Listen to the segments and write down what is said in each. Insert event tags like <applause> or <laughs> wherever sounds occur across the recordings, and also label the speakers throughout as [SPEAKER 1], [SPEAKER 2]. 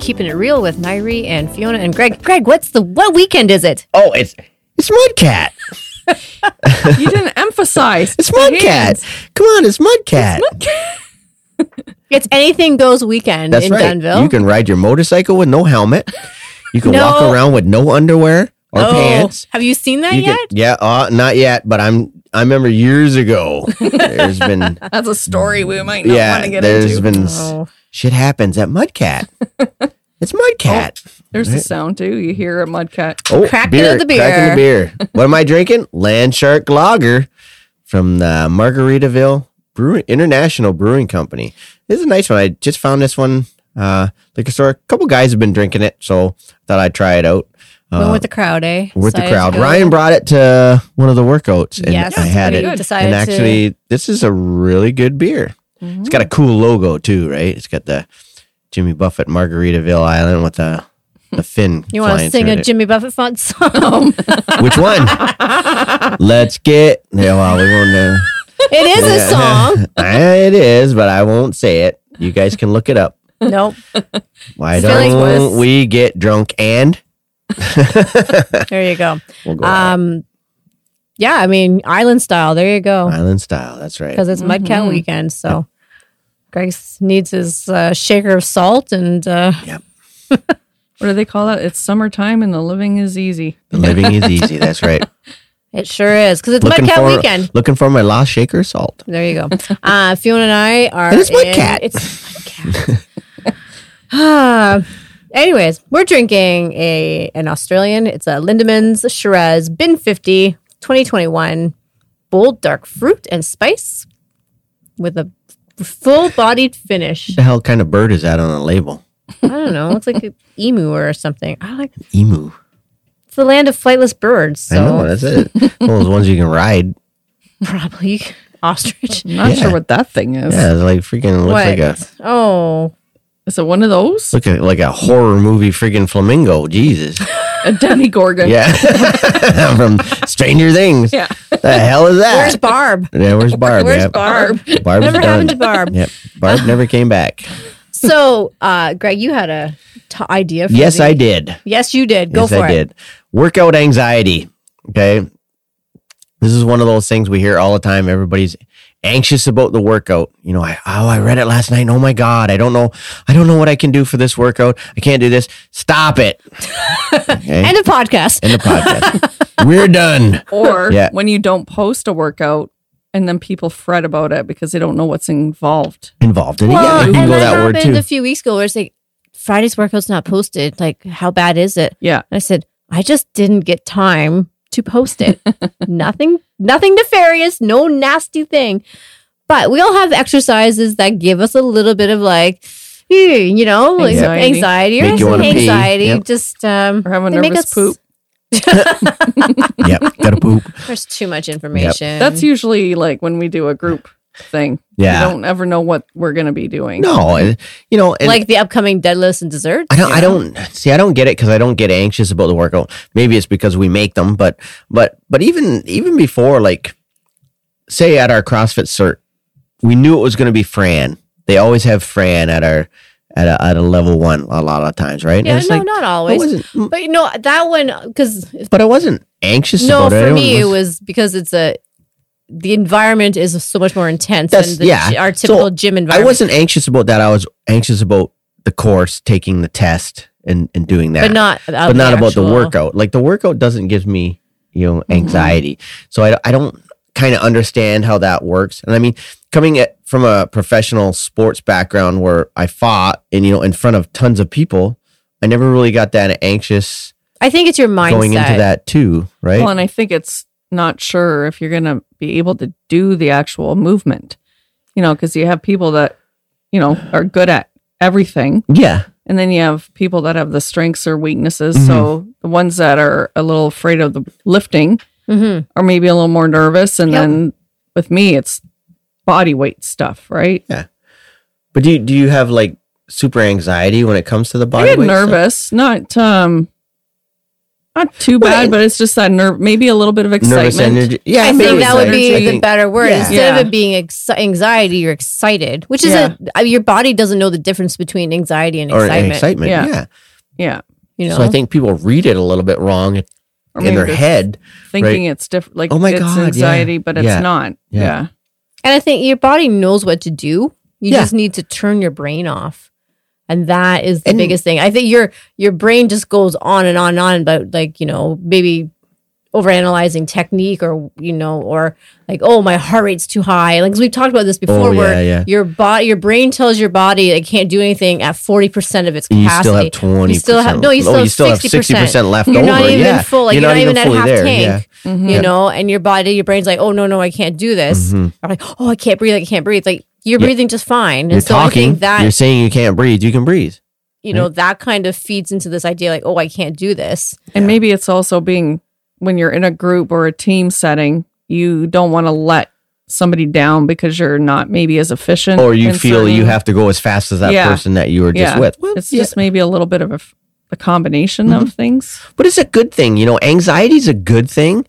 [SPEAKER 1] keeping it real with Nairi and Fiona and Greg. Greg, what's the what weekend is it?
[SPEAKER 2] Oh, it's it's Mudcat.
[SPEAKER 3] You didn't emphasize.
[SPEAKER 2] It's Mudcat. Come on, it's Mudcat.
[SPEAKER 1] <laughs> It's anything goes weekend
[SPEAKER 2] That's
[SPEAKER 1] in
[SPEAKER 2] right.
[SPEAKER 1] Denville.
[SPEAKER 2] You can ride your motorcycle with no helmet. You can
[SPEAKER 1] No.
[SPEAKER 2] walk around with no underwear or
[SPEAKER 1] Oh,
[SPEAKER 2] pants.
[SPEAKER 1] Have you seen that
[SPEAKER 2] You
[SPEAKER 1] yet?
[SPEAKER 2] can- yeah, uh, not yet, but I'm. I remember years ago. There's been
[SPEAKER 3] That's a story we might not want
[SPEAKER 2] yeah.
[SPEAKER 3] to get
[SPEAKER 2] There's
[SPEAKER 3] into.
[SPEAKER 2] been s- shit happens at Mudcat. it's Mudcat.
[SPEAKER 3] There's the sound too. You hear a mudcat. <laughs>
[SPEAKER 2] Oh,
[SPEAKER 1] Cracking
[SPEAKER 2] beer,
[SPEAKER 1] of the
[SPEAKER 2] Cracking the beer. what am I drinking?
[SPEAKER 1] <laughs>
[SPEAKER 2] Land Shark Lager from the Margaritaville Brewing International Brewing Company. This is a nice one. I just found this one uh liquor store. A couple guys have been drinking it, so thought I'd try it out.
[SPEAKER 1] Went with the crowd, eh?
[SPEAKER 2] uh, with the
[SPEAKER 1] Decided
[SPEAKER 2] crowd.
[SPEAKER 1] to go.
[SPEAKER 2] Ryan brought it to one of the workouts, and
[SPEAKER 1] yes,
[SPEAKER 2] I had
[SPEAKER 1] we
[SPEAKER 2] it.
[SPEAKER 1] Decided Mm-hmm.
[SPEAKER 2] and actually, this is a really good beer. It's got a cool logo too, right? It's got the Jimmy Buffett Margaritaville Island with the
[SPEAKER 1] <laughs>
[SPEAKER 2] the fin.
[SPEAKER 1] to, you want to
[SPEAKER 2] flying
[SPEAKER 1] sing
[SPEAKER 2] through
[SPEAKER 1] a
[SPEAKER 2] it.
[SPEAKER 1] Jimmy Buffett font
[SPEAKER 2] <laughs>
[SPEAKER 3] Um,
[SPEAKER 1] song? <laughs>
[SPEAKER 2] Which one? Let's get. Yeah, well, we won't know.
[SPEAKER 1] it is a
[SPEAKER 2] <laughs>
[SPEAKER 1] song.
[SPEAKER 2] it is, but I won't say it. You guys can look it up.
[SPEAKER 1] Nope.
[SPEAKER 2] Why
[SPEAKER 1] Silly
[SPEAKER 2] don't
[SPEAKER 1] twist.
[SPEAKER 2] we get drunk and
[SPEAKER 1] There you go.
[SPEAKER 2] we'll go out.
[SPEAKER 1] Um, yeah, I mean island style. There you go.
[SPEAKER 2] island style? That's right.
[SPEAKER 1] because it's Mudcat
[SPEAKER 3] Mhm.
[SPEAKER 1] weekend. So Greg s- needs his uh, shaker of salt and uh,
[SPEAKER 3] What do they call that? It's summertime and the living is easy.
[SPEAKER 2] The living is easy.
[SPEAKER 1] <laughs>
[SPEAKER 2] That's right.
[SPEAKER 1] it sure is because it's Mudcat
[SPEAKER 2] for
[SPEAKER 1] weekend.
[SPEAKER 2] looking for my lost shaker salt.
[SPEAKER 1] There you go. Uh, Fiona and I are.
[SPEAKER 2] And it's
[SPEAKER 1] in-
[SPEAKER 2] Mudcat.
[SPEAKER 1] It's Mudcat. Ah, <laughs> anyways, we're drinking a an Australian. It's a Lindemans Shiraz Bin 50 2021 bold dark fruit and spice with a full bodied finish.
[SPEAKER 2] What the hell kind of bird is that on a label?
[SPEAKER 1] I don't know. It looks like an <laughs> emu or something. I like
[SPEAKER 2] Emu.
[SPEAKER 1] It's the land of flightless birds. So
[SPEAKER 2] I know.
[SPEAKER 1] <laughs>
[SPEAKER 2] That's it. One of those ones you can ride.
[SPEAKER 1] probably <laughs> ostrich.
[SPEAKER 3] I'm not
[SPEAKER 2] Yeah.
[SPEAKER 3] sure what that thing is.
[SPEAKER 2] Yeah, it's like freaking looks
[SPEAKER 1] What?
[SPEAKER 2] like a
[SPEAKER 1] oh,
[SPEAKER 3] Is it one
[SPEAKER 2] <laughs>
[SPEAKER 3] of those?
[SPEAKER 2] look at like a horror movie freaking flamingo. Jesus.
[SPEAKER 3] A
[SPEAKER 2] <laughs>
[SPEAKER 3] demigorgon.
[SPEAKER 2] Yeah. <laughs> From Stranger Things.
[SPEAKER 3] Yeah.
[SPEAKER 2] The hell is that?
[SPEAKER 1] where's Barb?
[SPEAKER 2] yeah, where's Barb?
[SPEAKER 1] Where's
[SPEAKER 2] Yep.
[SPEAKER 1] Barb?
[SPEAKER 2] Barb's
[SPEAKER 1] Never
[SPEAKER 2] done.
[SPEAKER 1] happened to Barb.
[SPEAKER 2] Yep.
[SPEAKER 1] <laughs>
[SPEAKER 2] Barb never came back.
[SPEAKER 1] So, uh, Greg, you had a t- idea. For
[SPEAKER 2] Yes,
[SPEAKER 1] the-
[SPEAKER 2] I did.
[SPEAKER 1] Yes, you did. Go
[SPEAKER 2] yes,
[SPEAKER 1] for
[SPEAKER 2] I
[SPEAKER 1] it.
[SPEAKER 2] did. Workout anxiety. Okay. This is one of those things we hear all the time. Everybody's anxious about the workout. You know, I oh, I read it last night. And oh my God. I don't know. I don't know what I can do for this workout. I can't do this.
[SPEAKER 1] <laughs>
[SPEAKER 2] Stop it. Okay.
[SPEAKER 1] End of podcast.
[SPEAKER 2] End of podcast. We're done.
[SPEAKER 3] Or
[SPEAKER 2] Yeah.
[SPEAKER 3] when you don't post a workout and then people fret about it because they don't know what's involved.
[SPEAKER 2] Involved in it.
[SPEAKER 1] Well,
[SPEAKER 2] yeah, you can
[SPEAKER 1] and
[SPEAKER 2] go
[SPEAKER 1] that,
[SPEAKER 2] that word
[SPEAKER 1] happened
[SPEAKER 2] too.
[SPEAKER 1] a few weeks ago. Where it's like Friday's workout's not posted. Like, how bad is it?
[SPEAKER 3] Yeah.
[SPEAKER 1] And I said I just didn't get time to post
[SPEAKER 2] <laughs>
[SPEAKER 1] it. nothing, nothing nefarious. No nasty thing. But we all have exercises that give us a little bit of like, eh, you know, like
[SPEAKER 3] Anxiety.
[SPEAKER 1] anxiety,
[SPEAKER 2] Make you
[SPEAKER 1] or
[SPEAKER 2] wanna pee.
[SPEAKER 1] anxiety.
[SPEAKER 2] Yep.
[SPEAKER 1] Just um,
[SPEAKER 3] Or have a
[SPEAKER 1] they make
[SPEAKER 3] nervous
[SPEAKER 1] us-
[SPEAKER 3] poop.
[SPEAKER 2] yep. Gotta
[SPEAKER 1] <laughs>
[SPEAKER 2] poop.
[SPEAKER 1] There's too much information.
[SPEAKER 3] That's usually like when we do a group thing.
[SPEAKER 2] Yeah.
[SPEAKER 3] You don't ever know what we're going to be doing.
[SPEAKER 2] No, and, you know, and
[SPEAKER 1] like the upcoming deadlifts and desserts.
[SPEAKER 2] I don't, I don't see. I don't get it because I don't get anxious about the workout. Maybe it's because we make them, but but but even even before, like, say at our CrossFit cert, we knew it was going to be Fran. They always have Fran at our at a, at a level one a lot of times, right? And
[SPEAKER 1] yeah,
[SPEAKER 2] it's
[SPEAKER 1] no,
[SPEAKER 2] like,
[SPEAKER 1] not
[SPEAKER 2] I
[SPEAKER 1] always.
[SPEAKER 2] wasn't,
[SPEAKER 1] But you know that one because
[SPEAKER 2] but I wasn't anxious.
[SPEAKER 1] no,
[SPEAKER 2] about it.
[SPEAKER 1] for
[SPEAKER 2] I
[SPEAKER 1] me it was because it's a the environment is so much more intense
[SPEAKER 2] That's-
[SPEAKER 1] than the,
[SPEAKER 2] yeah.
[SPEAKER 1] gy- our
[SPEAKER 2] So,
[SPEAKER 1] typical gym
[SPEAKER 2] I
[SPEAKER 1] environment.
[SPEAKER 2] wasn't anxious about that. I was anxious about the course, taking the test, and and doing that.
[SPEAKER 1] but not
[SPEAKER 2] but not about the
[SPEAKER 1] actual- Mm-hmm.
[SPEAKER 2] workout. Like the workout doesn't give me, you know, anxiety. So I, I don't kind of understand how that works. And I mean, coming at, from a professional sports background where I fought and, you know, in front of tons of people, I never really got that anxious
[SPEAKER 1] I think it's your mindset.
[SPEAKER 2] going into that too, right?
[SPEAKER 3] Well, and I think it's not sure if you're going to be able to do the actual movement, you know, because you have people that, you know, are good at everything.
[SPEAKER 2] yeah.
[SPEAKER 3] And then you have people that have the strengths or weaknesses. So
[SPEAKER 2] Mm-hmm.
[SPEAKER 3] the ones that are a little afraid of the lifting
[SPEAKER 1] Mhm.
[SPEAKER 3] are maybe a little more nervous. And
[SPEAKER 1] Yep.
[SPEAKER 3] then with me, it's body weight stuff, right?
[SPEAKER 2] But do you, do you have like super anxiety when it comes to the body
[SPEAKER 3] I get
[SPEAKER 2] weight stuff?
[SPEAKER 3] nervous, not um, Not too
[SPEAKER 1] Well,
[SPEAKER 3] bad, but it's just that nerve, maybe a little bit of excitement.
[SPEAKER 2] nervous energy. Yeah,
[SPEAKER 1] I
[SPEAKER 2] maybe
[SPEAKER 1] think that would
[SPEAKER 2] anxiety.
[SPEAKER 1] be the
[SPEAKER 3] Energy.
[SPEAKER 1] better word.
[SPEAKER 2] Yeah.
[SPEAKER 1] Instead
[SPEAKER 3] Yeah.
[SPEAKER 1] of it being ex- anxiety, you're excited, which is a I mean, your body doesn't know the difference between anxiety and
[SPEAKER 2] or
[SPEAKER 1] excitement.
[SPEAKER 2] excitement. excitement. Yeah.
[SPEAKER 3] Yeah. Yeah,
[SPEAKER 1] You know,
[SPEAKER 2] So I think people read it a little bit wrong in
[SPEAKER 3] Or maybe
[SPEAKER 2] their
[SPEAKER 3] they're
[SPEAKER 2] head.
[SPEAKER 3] thinking it's different. Like
[SPEAKER 2] Oh my
[SPEAKER 3] it's
[SPEAKER 2] God, yeah.
[SPEAKER 3] anxiety, but it's
[SPEAKER 2] Yeah.
[SPEAKER 3] not.
[SPEAKER 2] Yeah.
[SPEAKER 3] Yeah.
[SPEAKER 1] and I think your body knows what to do. You
[SPEAKER 2] Yeah.
[SPEAKER 1] just need to turn your brain off, and that is the
[SPEAKER 2] And-
[SPEAKER 1] biggest thing. I think your your brain just goes on and on and on about like you know maybe overanalyzing technique or you know or like oh my heart rate's too high like we we've talked about this before
[SPEAKER 2] Oh, yeah,
[SPEAKER 1] where
[SPEAKER 2] yeah.
[SPEAKER 1] your body your brain tells your body it can't do anything at 40% of its capacity
[SPEAKER 2] You still have twenty. Oh,
[SPEAKER 1] You still have- no, you still have 60%
[SPEAKER 2] left
[SPEAKER 1] You're
[SPEAKER 2] over.
[SPEAKER 1] not even
[SPEAKER 2] yeah,
[SPEAKER 1] full, like, you're not even at
[SPEAKER 2] fully
[SPEAKER 1] half tank.
[SPEAKER 3] Mhm.
[SPEAKER 1] you know, and your body, your brain's like, oh no, no, I can't do this.
[SPEAKER 2] Mhm.
[SPEAKER 1] Or like, oh, I can't breathe, I can't breathe. Like you're
[SPEAKER 2] Yeah.
[SPEAKER 1] breathing just fine. And
[SPEAKER 2] You're
[SPEAKER 1] so I
[SPEAKER 2] talking.
[SPEAKER 1] think that
[SPEAKER 2] you're saying you can't breathe. You can breathe.
[SPEAKER 1] you know, that kind of feeds into this idea like, oh, I can't do this.
[SPEAKER 3] And maybe it's also being when you're in a group or a team setting, you don't want to let somebody down because you're not maybe as efficient.
[SPEAKER 2] Or you
[SPEAKER 3] in
[SPEAKER 2] feel you
[SPEAKER 3] certain-
[SPEAKER 2] have to go as fast as that
[SPEAKER 3] Yeah.
[SPEAKER 2] person that you were just
[SPEAKER 3] Yeah.
[SPEAKER 2] with. Well,
[SPEAKER 3] It's
[SPEAKER 2] yeah. Mm-hmm.
[SPEAKER 3] just maybe a little bit of a, f- a combination of things.
[SPEAKER 2] but it's a good thing. You know, anxiety's a good thing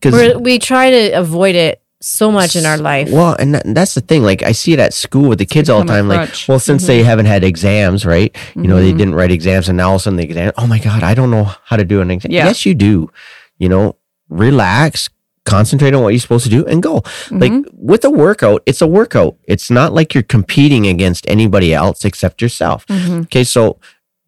[SPEAKER 2] because
[SPEAKER 1] We're, we try to avoid it so much in our life.
[SPEAKER 2] Well, and that, that's the thing. Like I see it at school with the kids all the
[SPEAKER 3] become a
[SPEAKER 2] time. Like,
[SPEAKER 3] crutch.
[SPEAKER 2] well, since
[SPEAKER 1] Mm-hmm.
[SPEAKER 2] they haven't had exams, right? You know, they didn't write exams, and now all of a sudden the exam. Oh my God, I don't know how to do an exam.
[SPEAKER 3] Yeah.
[SPEAKER 2] Yes, you do. You know, relax, concentrate on what you're supposed to do, and go.
[SPEAKER 3] Mm-hmm.
[SPEAKER 2] Like
[SPEAKER 1] Mm-hmm.
[SPEAKER 2] with a workout, it's a workout. It's not like you're competing against anybody else except yourself.
[SPEAKER 3] Mm-hmm.
[SPEAKER 2] Okay, so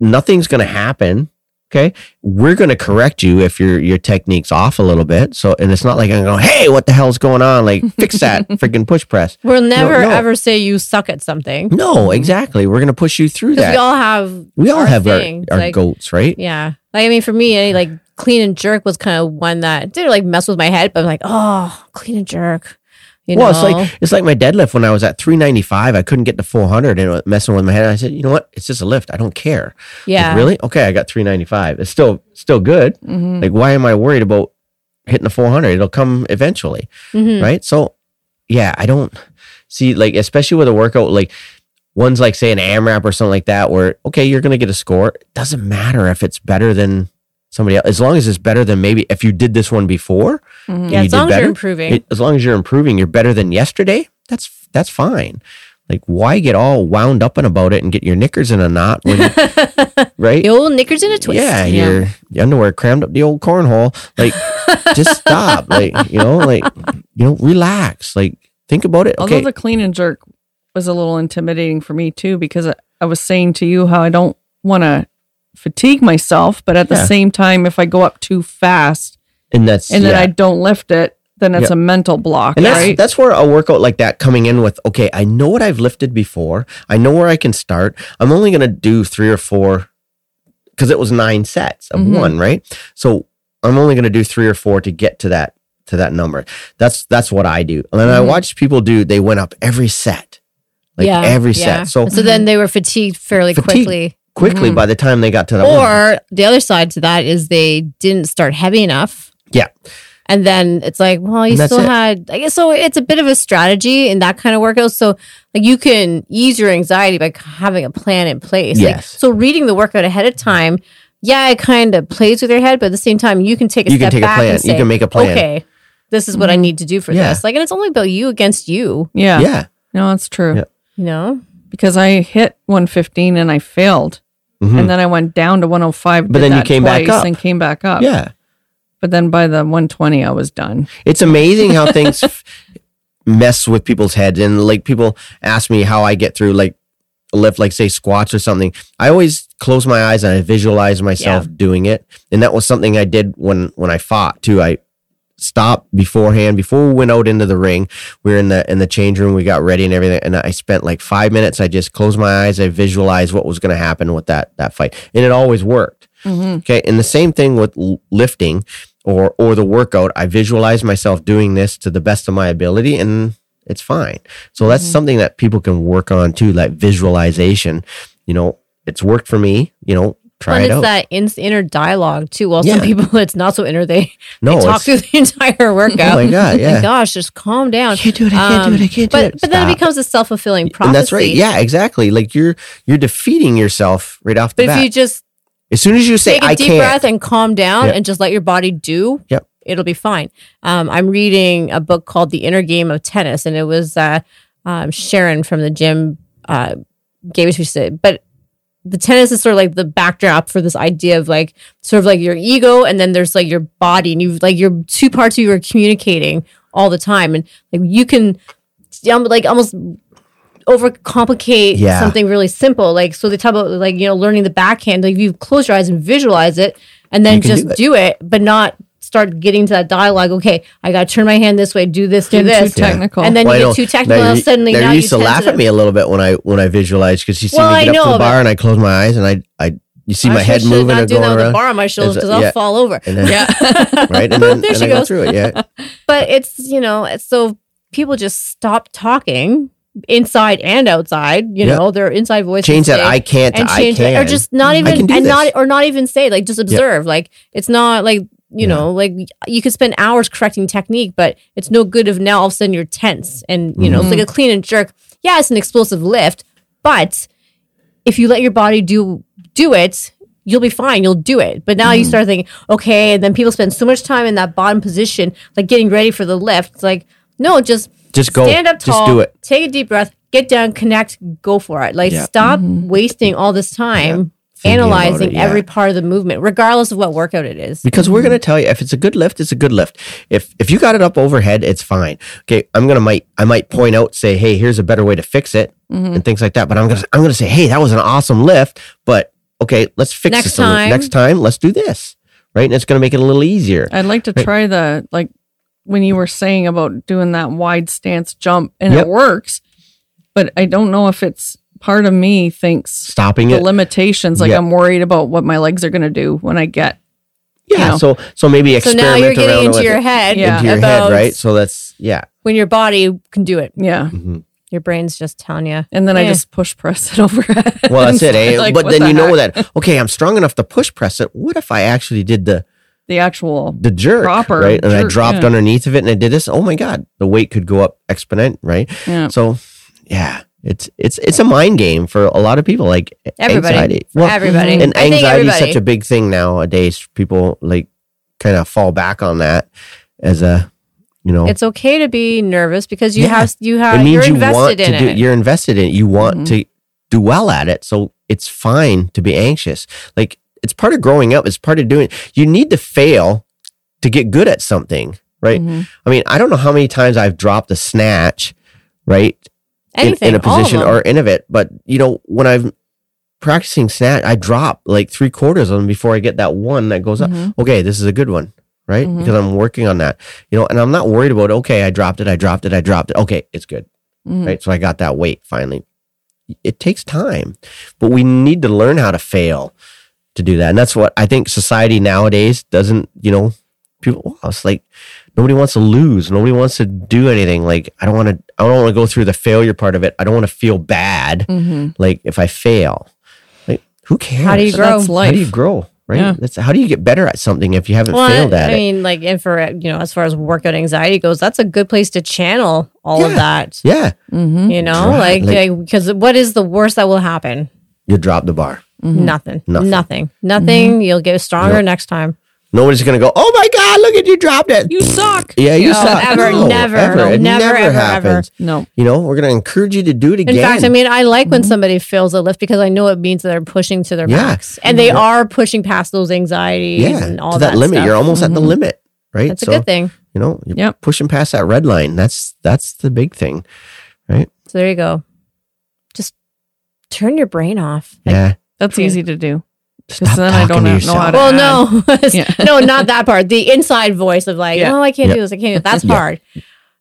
[SPEAKER 2] nothing's going to happen. Okay, we're going to correct you if your your technique's off a little bit. So, and it's not like I'm going, hey, what the hell's going on? Like,
[SPEAKER 1] <laughs>
[SPEAKER 2] fix that freaking push press.
[SPEAKER 1] we'll never
[SPEAKER 2] no.
[SPEAKER 1] ever say you suck at something.
[SPEAKER 2] No, exactly. We're going to push you through
[SPEAKER 1] Mm-hmm. Because we
[SPEAKER 2] that.
[SPEAKER 1] all have
[SPEAKER 2] We all, have our,
[SPEAKER 1] things,
[SPEAKER 2] our
[SPEAKER 1] like-
[SPEAKER 2] goats, right?
[SPEAKER 1] Yeah. Like I mean for me any like clean and jerk was kind of one that didn't like mess with my head, but I'm like, oh clean and jerk. You
[SPEAKER 2] well,
[SPEAKER 1] know
[SPEAKER 2] it's like it's like my deadlift when I was at 395, I couldn't get to 400 and it was messing with my head. I said, "You know what? It's just a lift. I don't care." Like,
[SPEAKER 1] yeah.
[SPEAKER 2] really? Okay, I got 395. It's still still good.
[SPEAKER 1] Mm.
[SPEAKER 3] Mhm.
[SPEAKER 2] Like why am I worried about hitting the 400? It'll come eventually.
[SPEAKER 1] Mhm.
[SPEAKER 2] right? So, yeah, I don't see like especially with a workout like ones like say an AMRAP or something like that, where okay, you're gonna get a score. It doesn't matter if it's better than somebody else, as long as it's better than maybe if you did this one before.
[SPEAKER 3] Mm-hmm.
[SPEAKER 2] and
[SPEAKER 1] Yeah,
[SPEAKER 2] you
[SPEAKER 1] as
[SPEAKER 2] did
[SPEAKER 1] long as
[SPEAKER 2] better,
[SPEAKER 1] you're improving.
[SPEAKER 2] it- as long as you're improving, you're better than yesterday. That's that's fine. Like, why get all wound up and about it and get your knickers in a knot
[SPEAKER 3] <laughs>
[SPEAKER 2] when
[SPEAKER 1] <laughs>
[SPEAKER 2] right?
[SPEAKER 1] the old knickers in a twist.
[SPEAKER 2] Yeah,
[SPEAKER 3] Yeah.
[SPEAKER 2] your your underwear crammed up the old cornhole.
[SPEAKER 3] <laughs>
[SPEAKER 2] Like, just stop. Like, you know, like, you know, relax. Like, think about it.
[SPEAKER 3] Although
[SPEAKER 2] Okay,
[SPEAKER 3] the clean and jerk was a little intimidating for me too, because I, I was saying to you how I don't want to fatigue myself, but at the
[SPEAKER 2] Yeah.
[SPEAKER 3] same time, if I go up too fast
[SPEAKER 2] and that's
[SPEAKER 3] and then
[SPEAKER 2] yeah.
[SPEAKER 3] I don't lift it, then it's
[SPEAKER 2] Yeah.
[SPEAKER 3] a mental block,
[SPEAKER 2] and that's
[SPEAKER 3] right?
[SPEAKER 2] that's where a workout like that coming in with okay, I know what I've lifted before. I know where I can start. I'm only gonna do three or four because it was nine sets of
[SPEAKER 3] Mhm.
[SPEAKER 2] one, right? So I'm only gonna do three or four to get to that to that number. That's that's what I do. And then I
[SPEAKER 3] Mhm.
[SPEAKER 2] watched people do. They went up every set, like
[SPEAKER 1] Yeah,
[SPEAKER 2] every
[SPEAKER 1] yeah.
[SPEAKER 2] set. So
[SPEAKER 1] So then they were fatigued fairly
[SPEAKER 2] Mm-hmm. Fatigued.
[SPEAKER 1] quickly.
[SPEAKER 2] quickly
[SPEAKER 3] Mhm.
[SPEAKER 2] by the time they got to that one.
[SPEAKER 1] Or the other side to that is they didn't start heavy enough.
[SPEAKER 2] Yeah.
[SPEAKER 1] And then it's like, well, you
[SPEAKER 2] And that's
[SPEAKER 1] still
[SPEAKER 2] it.
[SPEAKER 1] had, I guess, so it's a bit of a strategy in that kind of workout. So, like, you can ease your anxiety by having a plan in place. Like,
[SPEAKER 2] Yes.
[SPEAKER 1] so, reading the workout ahead of time, yeah, it kind of plays with your head, but at the same time, you can take a
[SPEAKER 2] You can
[SPEAKER 1] step
[SPEAKER 2] take a
[SPEAKER 1] back
[SPEAKER 2] plan.
[SPEAKER 1] and
[SPEAKER 2] You
[SPEAKER 1] say,
[SPEAKER 2] can make a plan. Mm-hmm.
[SPEAKER 1] okay, this is what I need to do for
[SPEAKER 2] Yeah.
[SPEAKER 1] this. Like, and it's only about you against you,
[SPEAKER 3] yeah.
[SPEAKER 2] yeah.
[SPEAKER 3] No, it's true.
[SPEAKER 2] Yeah.
[SPEAKER 1] you know?
[SPEAKER 3] Because I hit 115 and I failed.
[SPEAKER 2] Mhm.
[SPEAKER 3] And then I went down to 105.
[SPEAKER 2] But
[SPEAKER 3] did
[SPEAKER 2] then you
[SPEAKER 3] that
[SPEAKER 2] came back
[SPEAKER 3] twice
[SPEAKER 2] up.
[SPEAKER 3] And came back up.
[SPEAKER 2] Yeah.
[SPEAKER 3] But then by the 120, I was done.
[SPEAKER 2] It's amazing how things f- <laughs> mess with people's heads. And like people ask me how I get through like a lift, like say squats or something. I always close my eyes and I visualize myself doing it. And that was something I did when when I fought too. I stopped beforehand before we went out into the ring. We were in the in the change room. We got ready and everything. And I spent like five minutes. I just closed my eyes. I visualized what was going to happen with that that fight, and it always worked.
[SPEAKER 3] Mm-hmm.
[SPEAKER 2] Okay. And the same thing with l- lifting or or the workout. I visualize myself doing this to the best of my ability and it's fine. So that's
[SPEAKER 1] Mm-hmm.
[SPEAKER 2] something that people can work on too, like visualization. You know, it's worked for me, you know, try
[SPEAKER 1] and
[SPEAKER 2] it
[SPEAKER 1] it's
[SPEAKER 2] out.
[SPEAKER 1] that in- inner dialogue, too. Well, some
[SPEAKER 2] Yeah.
[SPEAKER 1] people, <laughs> it's not so inner. They,
[SPEAKER 2] no,
[SPEAKER 1] they talk
[SPEAKER 2] it's,
[SPEAKER 1] through the <laughs> entire workout.
[SPEAKER 2] oh
[SPEAKER 1] <laughs>
[SPEAKER 2] my God.
[SPEAKER 1] Like,
[SPEAKER 2] Yeah.
[SPEAKER 1] gosh, just calm
[SPEAKER 2] I
[SPEAKER 1] down.
[SPEAKER 2] can't do it. I can't do it. I
[SPEAKER 1] Um,
[SPEAKER 2] can't do
[SPEAKER 1] But
[SPEAKER 2] it.
[SPEAKER 1] but then it
[SPEAKER 2] Stop.
[SPEAKER 1] becomes a self fulfilling prophecy.
[SPEAKER 2] and that's right. Yeah, exactly. Like you're you're defeating yourself right off the
[SPEAKER 1] But if
[SPEAKER 2] bat.
[SPEAKER 1] you just
[SPEAKER 2] As soon as you say
[SPEAKER 1] Take a
[SPEAKER 2] I
[SPEAKER 1] deep
[SPEAKER 2] can't,
[SPEAKER 1] breath and calm down
[SPEAKER 2] Yep.
[SPEAKER 1] and just let your body do.
[SPEAKER 2] Yep.
[SPEAKER 1] It'll be fine. Um, I'm reading a book called The Inner Game of Tennis, and it was uh, um, Sharon from the gym uh, gave it to me. She said, But the tennis is sort of like the backdrop for this idea of like sort of like your ego, and then there's like your body, and you've like your two parts of you are communicating all the time, and like you can um, like almost overcomplicate
[SPEAKER 2] Yeah.
[SPEAKER 1] something really simple. Like so they talk about like, you know, learning the backhand. Like you close your eyes and visualize it and then
[SPEAKER 2] can
[SPEAKER 1] just
[SPEAKER 2] do
[SPEAKER 1] do
[SPEAKER 2] it.
[SPEAKER 1] it. but not start getting to that dialogue. Okay, I gotta turn my hand this way, do this, do
[SPEAKER 3] Getting
[SPEAKER 1] this.
[SPEAKER 3] too technical.
[SPEAKER 1] And then
[SPEAKER 2] Well, I
[SPEAKER 1] you
[SPEAKER 2] know
[SPEAKER 1] get too technical
[SPEAKER 2] they're
[SPEAKER 1] and
[SPEAKER 2] u-
[SPEAKER 1] suddenly
[SPEAKER 2] they're
[SPEAKER 1] now you
[SPEAKER 2] used to laugh at me a little bit when I when I visualize because you see
[SPEAKER 1] Well,
[SPEAKER 2] me
[SPEAKER 1] I
[SPEAKER 2] get up to
[SPEAKER 1] know,
[SPEAKER 2] the bar
[SPEAKER 1] but-
[SPEAKER 2] and I close my eyes and I I you see my head moving
[SPEAKER 1] not
[SPEAKER 2] or
[SPEAKER 1] doing that
[SPEAKER 2] going
[SPEAKER 1] with a
[SPEAKER 2] around
[SPEAKER 1] bar on my shoulders
[SPEAKER 2] It's-
[SPEAKER 1] because I'll
[SPEAKER 2] yeah.
[SPEAKER 1] fall over.
[SPEAKER 2] and then
[SPEAKER 1] <laughs> Yeah.
[SPEAKER 2] right and
[SPEAKER 1] <laughs>
[SPEAKER 2] then,
[SPEAKER 1] There
[SPEAKER 2] and
[SPEAKER 1] she
[SPEAKER 2] I go
[SPEAKER 1] goes.
[SPEAKER 2] through
[SPEAKER 1] <laughs>
[SPEAKER 2] it yeah
[SPEAKER 1] but it's you know it's so people just stop talking inside and outside you
[SPEAKER 2] Yeah.
[SPEAKER 1] know their inside voice
[SPEAKER 2] change that I can't to
[SPEAKER 1] and
[SPEAKER 2] I
[SPEAKER 1] change it
[SPEAKER 2] can
[SPEAKER 1] or just not
[SPEAKER 2] I can
[SPEAKER 1] even
[SPEAKER 2] do
[SPEAKER 1] and
[SPEAKER 2] this.
[SPEAKER 1] not or not even say like just observe like it's not like you
[SPEAKER 2] Yeah.
[SPEAKER 1] know like you could spend hours correcting technique but it's no good if now all of a sudden you're tense and you know it's
[SPEAKER 2] Mm-hmm.
[SPEAKER 1] like a clean and jerk yeah it's an explosive lift but if you let your body do do it you'll be fine you'll do it but now you
[SPEAKER 2] Mm-hmm.
[SPEAKER 1] start thinking okay and then people spend so much time in that bottom position like getting ready for the lift it's like no just
[SPEAKER 2] just go
[SPEAKER 1] stand up tall
[SPEAKER 2] just do it
[SPEAKER 1] take a deep breath get down connect go for it like
[SPEAKER 2] Yeah. Mm-hmm.
[SPEAKER 1] stop wasting all this time
[SPEAKER 2] Thinking about
[SPEAKER 1] analyzing
[SPEAKER 2] it, yeah.
[SPEAKER 1] every part of the movement regardless of what workout it is
[SPEAKER 2] because we're going
[SPEAKER 1] Mm-hmm.
[SPEAKER 2] to tell you if it's a good lift it's a good lift if if you got it up overhead it's fine okay i'm going to might i might point out say hey here's a better way to fix it
[SPEAKER 1] Mm-hmm.
[SPEAKER 2] and things like that but i'm going to i'm going to say hey that was an awesome lift but okay let's fix
[SPEAKER 1] Next
[SPEAKER 2] this a little-
[SPEAKER 1] time.
[SPEAKER 2] next time let's do this right and it's going to make it a little easier
[SPEAKER 3] I'd like to try the like when you were saying about doing that wide stance jump and
[SPEAKER 2] Yep.
[SPEAKER 3] it works, but I don't know if it's part of me thinks
[SPEAKER 2] stopping
[SPEAKER 3] the
[SPEAKER 2] it
[SPEAKER 3] limitations. Like
[SPEAKER 2] Yeah.
[SPEAKER 3] I'm worried about what my legs are going to do when I get.
[SPEAKER 2] yeah
[SPEAKER 3] know.
[SPEAKER 2] so so maybe
[SPEAKER 1] so
[SPEAKER 2] experiment
[SPEAKER 1] now you're
[SPEAKER 2] around
[SPEAKER 1] getting into
[SPEAKER 2] with
[SPEAKER 1] your
[SPEAKER 2] it,
[SPEAKER 1] head
[SPEAKER 3] Yeah.
[SPEAKER 2] into your
[SPEAKER 1] about
[SPEAKER 2] head right so that's yeah
[SPEAKER 1] when your body can do it
[SPEAKER 3] Yeah,
[SPEAKER 1] your brain's just telling you
[SPEAKER 3] and then I
[SPEAKER 1] Yeah.
[SPEAKER 3] just push press it <laughs> over.
[SPEAKER 2] well
[SPEAKER 1] <laughs>
[SPEAKER 2] that's it eh?
[SPEAKER 3] Like,
[SPEAKER 2] but
[SPEAKER 3] what
[SPEAKER 2] then
[SPEAKER 3] the
[SPEAKER 2] you know
[SPEAKER 3] heck?
[SPEAKER 2] that okay i'm strong enough to push press it what if i actually did the
[SPEAKER 3] the actual
[SPEAKER 2] the jerk,
[SPEAKER 3] Proper
[SPEAKER 2] right? And I
[SPEAKER 3] jerk,
[SPEAKER 2] dropped
[SPEAKER 3] yeah.
[SPEAKER 2] underneath of it and I did this. Oh my god, the weight could go up exponent, right?
[SPEAKER 3] yeah.
[SPEAKER 2] So, yeah, it's it's it's a mind game for a lot of people, like
[SPEAKER 1] Everybody.
[SPEAKER 2] anxiety.
[SPEAKER 1] For everybody.
[SPEAKER 2] and
[SPEAKER 1] I think
[SPEAKER 2] anxiety is
[SPEAKER 1] everybody.
[SPEAKER 2] such a big thing nowadays. People like kind of fall back on that as a, you know,
[SPEAKER 1] it's okay to be nervous because you
[SPEAKER 2] Yeah.
[SPEAKER 1] have you
[SPEAKER 2] it
[SPEAKER 1] have you're
[SPEAKER 2] means you want
[SPEAKER 1] invested
[SPEAKER 2] to
[SPEAKER 1] in
[SPEAKER 2] do.
[SPEAKER 1] it Mm-hmm.
[SPEAKER 2] You're invested in it. You want
[SPEAKER 3] Mhm.
[SPEAKER 2] to do well at it, so it's fine to be anxious. Like it's part of growing up. It's part of doing. You need to fail to get good at something, right?
[SPEAKER 3] Mhm.
[SPEAKER 2] I mean, I don't know how many times I've dropped a snatch, right? in-
[SPEAKER 1] anything
[SPEAKER 2] in, a position
[SPEAKER 1] all of
[SPEAKER 2] or in of it. But you know, when I'm practicing snatch, I drop like three quarters of them before I get that one that goes
[SPEAKER 3] Mhm.
[SPEAKER 1] Mm-hmm.
[SPEAKER 2] up. Okay, this is a good one, right?
[SPEAKER 3] Mhm.
[SPEAKER 2] Because I'm working on that. You know, and I'm not worried about okay, I dropped it, I dropped it, I dropped it. Okay, it's good,
[SPEAKER 1] Mm.
[SPEAKER 3] Mhm.
[SPEAKER 2] right? So I got that weight finally. It takes time, but we need to learn how to fail to do that, and that's what I think society nowadays doesn't. You know, people wow, it's like nobody wants to lose nobody wants to do anything like i don't want to i don't want to go through the failure part of it i don't want to feel bad
[SPEAKER 3] Mhm.
[SPEAKER 2] like if i fail like who cares
[SPEAKER 1] How do you
[SPEAKER 3] So
[SPEAKER 1] grow?
[SPEAKER 3] that's
[SPEAKER 2] How
[SPEAKER 3] life.
[SPEAKER 2] do you grow right
[SPEAKER 3] Yeah.
[SPEAKER 2] that's how do you get better at something if you haven't
[SPEAKER 1] Well,
[SPEAKER 2] failed at
[SPEAKER 1] I
[SPEAKER 2] it
[SPEAKER 1] mean, like, and for you know, as far as workout anxiety goes, that's a good place to channel all
[SPEAKER 2] Yeah.
[SPEAKER 1] of that.
[SPEAKER 2] yeah
[SPEAKER 3] Mhm.
[SPEAKER 1] You know,
[SPEAKER 2] Right,
[SPEAKER 1] like,
[SPEAKER 2] like-
[SPEAKER 1] like, because what is the worst that will happen?
[SPEAKER 2] you drop the bar
[SPEAKER 1] Nothing.
[SPEAKER 2] Mm-hmm. Nothing. Mm-hmm.
[SPEAKER 1] Nothing. Nothing. You'll get stronger
[SPEAKER 2] Yep.
[SPEAKER 1] next time.
[SPEAKER 2] nobody's gonna go oh my god look at you dropped it
[SPEAKER 3] You suck.
[SPEAKER 2] yeah you
[SPEAKER 3] No,
[SPEAKER 2] suck
[SPEAKER 1] Oh, ever,
[SPEAKER 2] No,
[SPEAKER 1] never,
[SPEAKER 2] it
[SPEAKER 1] never,
[SPEAKER 2] never
[SPEAKER 1] ever, ever.
[SPEAKER 2] happens
[SPEAKER 3] No.
[SPEAKER 2] you know we're gonna encourage you to do it
[SPEAKER 1] In
[SPEAKER 2] again Mm-hmm.
[SPEAKER 1] fact, I mean, I like when somebody fails a lift because I know it means that they're pushing to their
[SPEAKER 2] Yeah.
[SPEAKER 1] max, and they are pushing past those anxieties
[SPEAKER 2] yeah
[SPEAKER 1] and all
[SPEAKER 2] to that, limit
[SPEAKER 1] stuff. Mm-hmm.
[SPEAKER 2] you're almost at the limit right
[SPEAKER 1] that's a good thing.
[SPEAKER 2] you know you're
[SPEAKER 3] Yep.
[SPEAKER 2] pushing past that red line that's that's the big thing
[SPEAKER 1] So there you go. Just turn your brain off. Like,
[SPEAKER 2] yeah
[SPEAKER 3] That's
[SPEAKER 1] Yeah.
[SPEAKER 3] easy to do.
[SPEAKER 2] stop
[SPEAKER 3] then I
[SPEAKER 2] talking
[SPEAKER 3] don't
[SPEAKER 2] to
[SPEAKER 3] know
[SPEAKER 2] yourself
[SPEAKER 3] how to-
[SPEAKER 2] uh,
[SPEAKER 1] Well, no, <laughs>
[SPEAKER 3] Yeah.
[SPEAKER 1] no, not that part. The inside voice of like,
[SPEAKER 3] Yeah.
[SPEAKER 1] oh, I can't
[SPEAKER 2] Yeah.
[SPEAKER 1] do this. I can't. do That's
[SPEAKER 2] Yeah.
[SPEAKER 1] hard.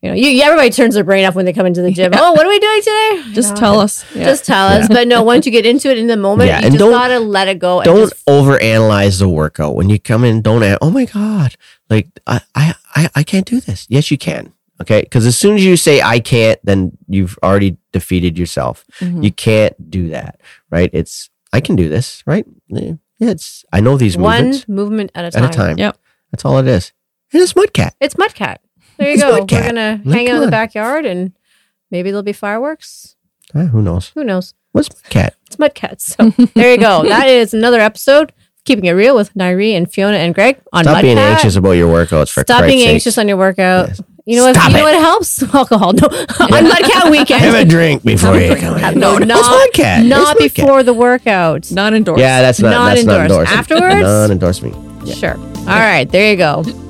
[SPEAKER 1] You know, you, you- everybody turns their brain off when they come into the gym. Oh, what are we doing
[SPEAKER 2] <laughs>
[SPEAKER 1] today?
[SPEAKER 3] Just
[SPEAKER 1] You know,
[SPEAKER 3] tell us. Yeah.
[SPEAKER 1] Just tell us. But no, once you get into it in the moment,
[SPEAKER 2] Yeah,
[SPEAKER 1] you
[SPEAKER 2] and
[SPEAKER 1] just
[SPEAKER 2] don't-
[SPEAKER 1] gotta let it go. and
[SPEAKER 2] don't
[SPEAKER 1] just-
[SPEAKER 2] overanalyze the workout when you come in don't a- oh my god like I, I i i can't do this yes you can okay because as soon as you say i can't then you've already defeated yourself
[SPEAKER 3] Mhm.
[SPEAKER 1] Hmm.
[SPEAKER 2] you can't do that right it's i can do this right yeah it's i know these
[SPEAKER 1] one
[SPEAKER 2] movements
[SPEAKER 1] movement at a
[SPEAKER 2] at
[SPEAKER 1] time.
[SPEAKER 2] a time
[SPEAKER 3] Yep.
[SPEAKER 2] that's all it is and it's mudcat
[SPEAKER 1] It's Mudcat. There you
[SPEAKER 2] It's
[SPEAKER 1] go.
[SPEAKER 2] Mudcat.
[SPEAKER 1] We're gonna
[SPEAKER 2] Like,
[SPEAKER 1] hang out
[SPEAKER 2] come
[SPEAKER 1] in the
[SPEAKER 2] on.
[SPEAKER 1] backyard and maybe there'll be fireworks.
[SPEAKER 2] Eh, who knows
[SPEAKER 1] Who knows?
[SPEAKER 2] what's mudcat <laughs>
[SPEAKER 1] It's Mudcat. So there you go. That is another episode. Keeping it real with Nairi and Fiona and Greg on
[SPEAKER 2] Stop being
[SPEAKER 1] Mudcat.
[SPEAKER 2] anxious about your workouts for
[SPEAKER 1] Stop being
[SPEAKER 2] Christ's sake.
[SPEAKER 1] anxious on your workout.
[SPEAKER 2] Yes.
[SPEAKER 1] You know what?
[SPEAKER 2] Stop
[SPEAKER 1] you
[SPEAKER 2] it.
[SPEAKER 1] know what helps? <laughs> Alcohol. No, on
[SPEAKER 2] <laughs>
[SPEAKER 1] Mudcat <laughs>
[SPEAKER 2] Have a
[SPEAKER 1] weekend.
[SPEAKER 2] drink before you come in.
[SPEAKER 1] No,
[SPEAKER 2] it's
[SPEAKER 1] not,
[SPEAKER 2] Mudcat.
[SPEAKER 1] not
[SPEAKER 2] It's Mudcat.
[SPEAKER 1] before the workout.
[SPEAKER 3] Not endorsed.
[SPEAKER 2] Yeah, that's not
[SPEAKER 1] Not
[SPEAKER 2] that's <laughs> not
[SPEAKER 1] endorsed.
[SPEAKER 2] endorsed.
[SPEAKER 1] Afterwards?
[SPEAKER 2] non endorsement.
[SPEAKER 1] Sure. All right. There you go.